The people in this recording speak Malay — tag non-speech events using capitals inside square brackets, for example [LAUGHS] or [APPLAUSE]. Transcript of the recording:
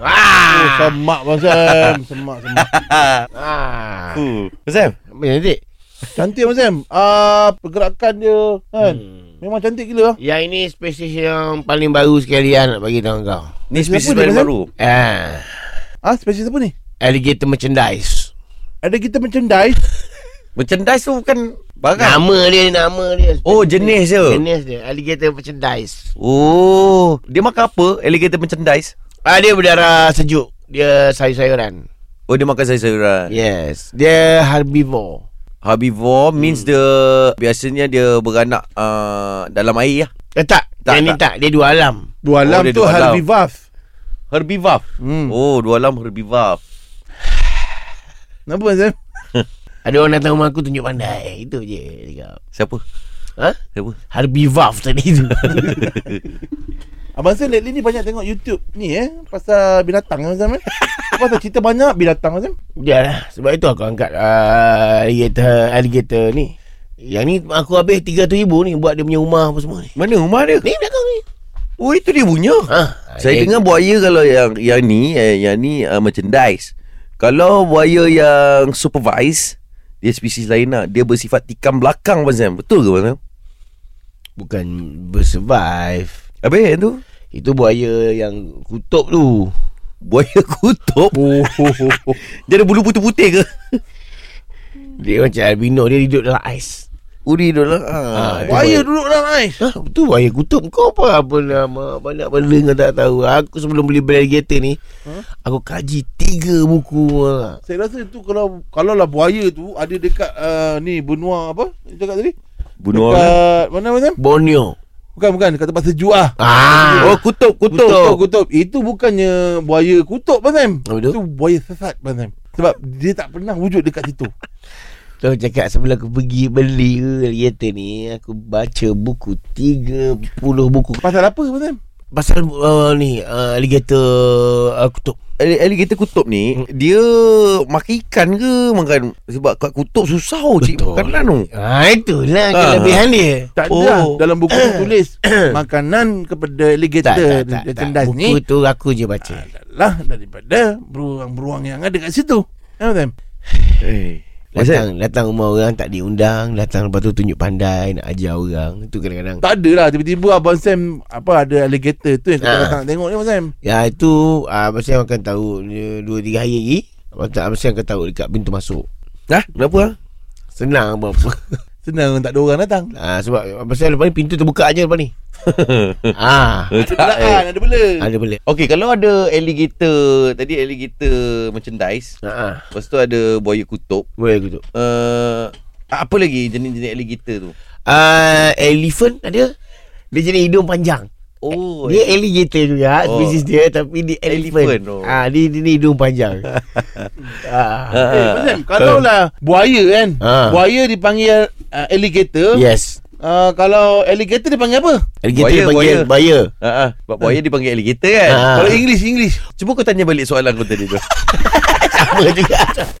Ah. Ah. Oh, Semak Bang [LAUGHS] Sam Semak semak ah. Huh. Sam. Boleh nanti Cantik Bang Sam ah, Pergerakan dia kan hmm. Memang cantik gila lah Yang ini spesies yang paling baru sekali lah nak bagi tahu kau Kenapa Ni spesies dia, baru Sam? baru. Ah, Ah, spesies apa ni? Alligator merchandise Ada kita merchandise Merchandise tu bukan barang. Nama dia Nama dia Kan? Oh, jenis dia. Jenis dia Alligator merchandise Oh, dia makan apa? Alligator merchandise. ah, Dia berdarah sejuk Dia sayur-sayuran Oh, dia makan sayur-sayuran. Yes Dia herbivore Herbivore means dia biasanya dia beranak uh, dalam air lah. Eh tak, Tak, tak Yang ni tak. tak Dia dua alam Dua alam Oh, dia tu dua alam. Harvivaf Herbivore. hmm. Oh, dua alam herbivore. Kenapa Bang Sam? Ada orang datang rumah aku Tunjuk pandai Itu je dia cakap. Siapa? Ha? Siapa? Herbivaf tadi tu [LAUGHS] Abang Ah, Sam lately ni banyak tengok YouTube ni eh Pasal binatang Abang [LAUGHS] Sam eh Pasal cerita banyak binatang Abang Sam Dia lah Sebab itu aku angkat uh, Alligator Alligator ni Yang ni aku habis 300 ribu ni Buat dia punya rumah apa semua ni Mana rumah dia? Ni belakang ni Oh, itu dia punya. ha? Saya eh, dengar buaya kalau yang yang ni eh, yang ni uh, merchandise. Kalau buaya yang supervise dia spesies lain lah. Dia bersifat tikam belakang Abang Sam. Betul ke Abang Sam? Bukan bersurvive Habis yang tu? Itu buaya yang kutub tu Buaya [LAUGHS] kutub. Oh, oh, oh, oh. Dia ada bulu putih-putih ke? Dia macam albino Dia hidup dalam ais Uri dulu lah. Ah, Ah, Buaya duduk lah. dalam ais Ha, tu buaya kutub kau apa apa nama banyak benda kau tak tahu. Aku sebelum beli alligator ni, huh? aku kaji tiga buku. ah. Saya rasa itu kalau kalau lah buaya tu ada dekat uh, ni benua apa? Dia Cakap tadi. Bunuh orang. Dekat mana mana? Borneo. Bukan bukan dekat tempat sejuk ah. Ah. Oh kutub kutub. Kutub, kutub. Itu bukannya buaya kutub Bang Sam. Apa tu? Itu buaya sesat Bang Sam. Sebab dia tak pernah wujud dekat situ. Kau cakap sebelum aku pergi beli alligator ni, aku baca buku 30 buku Pasal apa Bang Sam? pasal uh, ni uh, alligator uh, kutub. Ali- Alligator kutub ni dia makan ikan ke makan sebab kat kutub susah oh, cik Betul. makanan tu. Ah itulah Ah. kelebihan dia. Tak ada Oh. lah. dalam buku [COUGHS] tu tulis makanan kepada alligator Tak, tak, tak, tak, tak. merchandise ni Buku tu aku je baca. lah daripada beruang-beruang yang ada kat situ. Ya, Bang Sam? Eh. Datang datang rumah orang tak diundang, datang lepas tu tunjuk pandai nak ajar orang. Itu kadang-kadang Tak ada lah Tiba-tiba Abang Sam Apa ada alligator tu Yang kau Ah. tak nak tengok ni Abang Sam Ya itu uh, Abang Sam akan tahu dia, Dua tiga hari lagi Abang, tak, Abang Sam akan tahu Dekat pintu masuk Dah, kenapa ah? Senang apa-apa [LAUGHS] Senang tak ada orang datang uh, Sebab Abang Sam lepas ni Pintu terbuka je lepas [LAUGHS] ni Ah, Ada Eh, tak, eh. belaan Ada bela Ada boleh Okey, kalau ada alligator, tadi alligator merchandise, ah, ah. lepas tu ada buaya kutub. Boleh aku tu Uh, apa lagi jenis-jenis alligator tu? uh, Elephant ada Dia jenis hidung panjang Oh, eh. Dia alligator juga Oh. oh. Spesies dia Tapi dia elephant, Elephant, oh. Ah, Dia, dia ni hidung [LAUGHS] panjang ah. Eh, Abang Sam Kalau lah Buaya kan Ah. Buaya dipanggil uh, alligator Yes uh, Kalau alligator dipanggil apa? Alligator Buaya, buaya, buaya. Ha ah, sebab buaya dipanggil alligator kan. Ah. Kalau English English Cuba kau tanya balik soalan kau tadi tu. Sama juga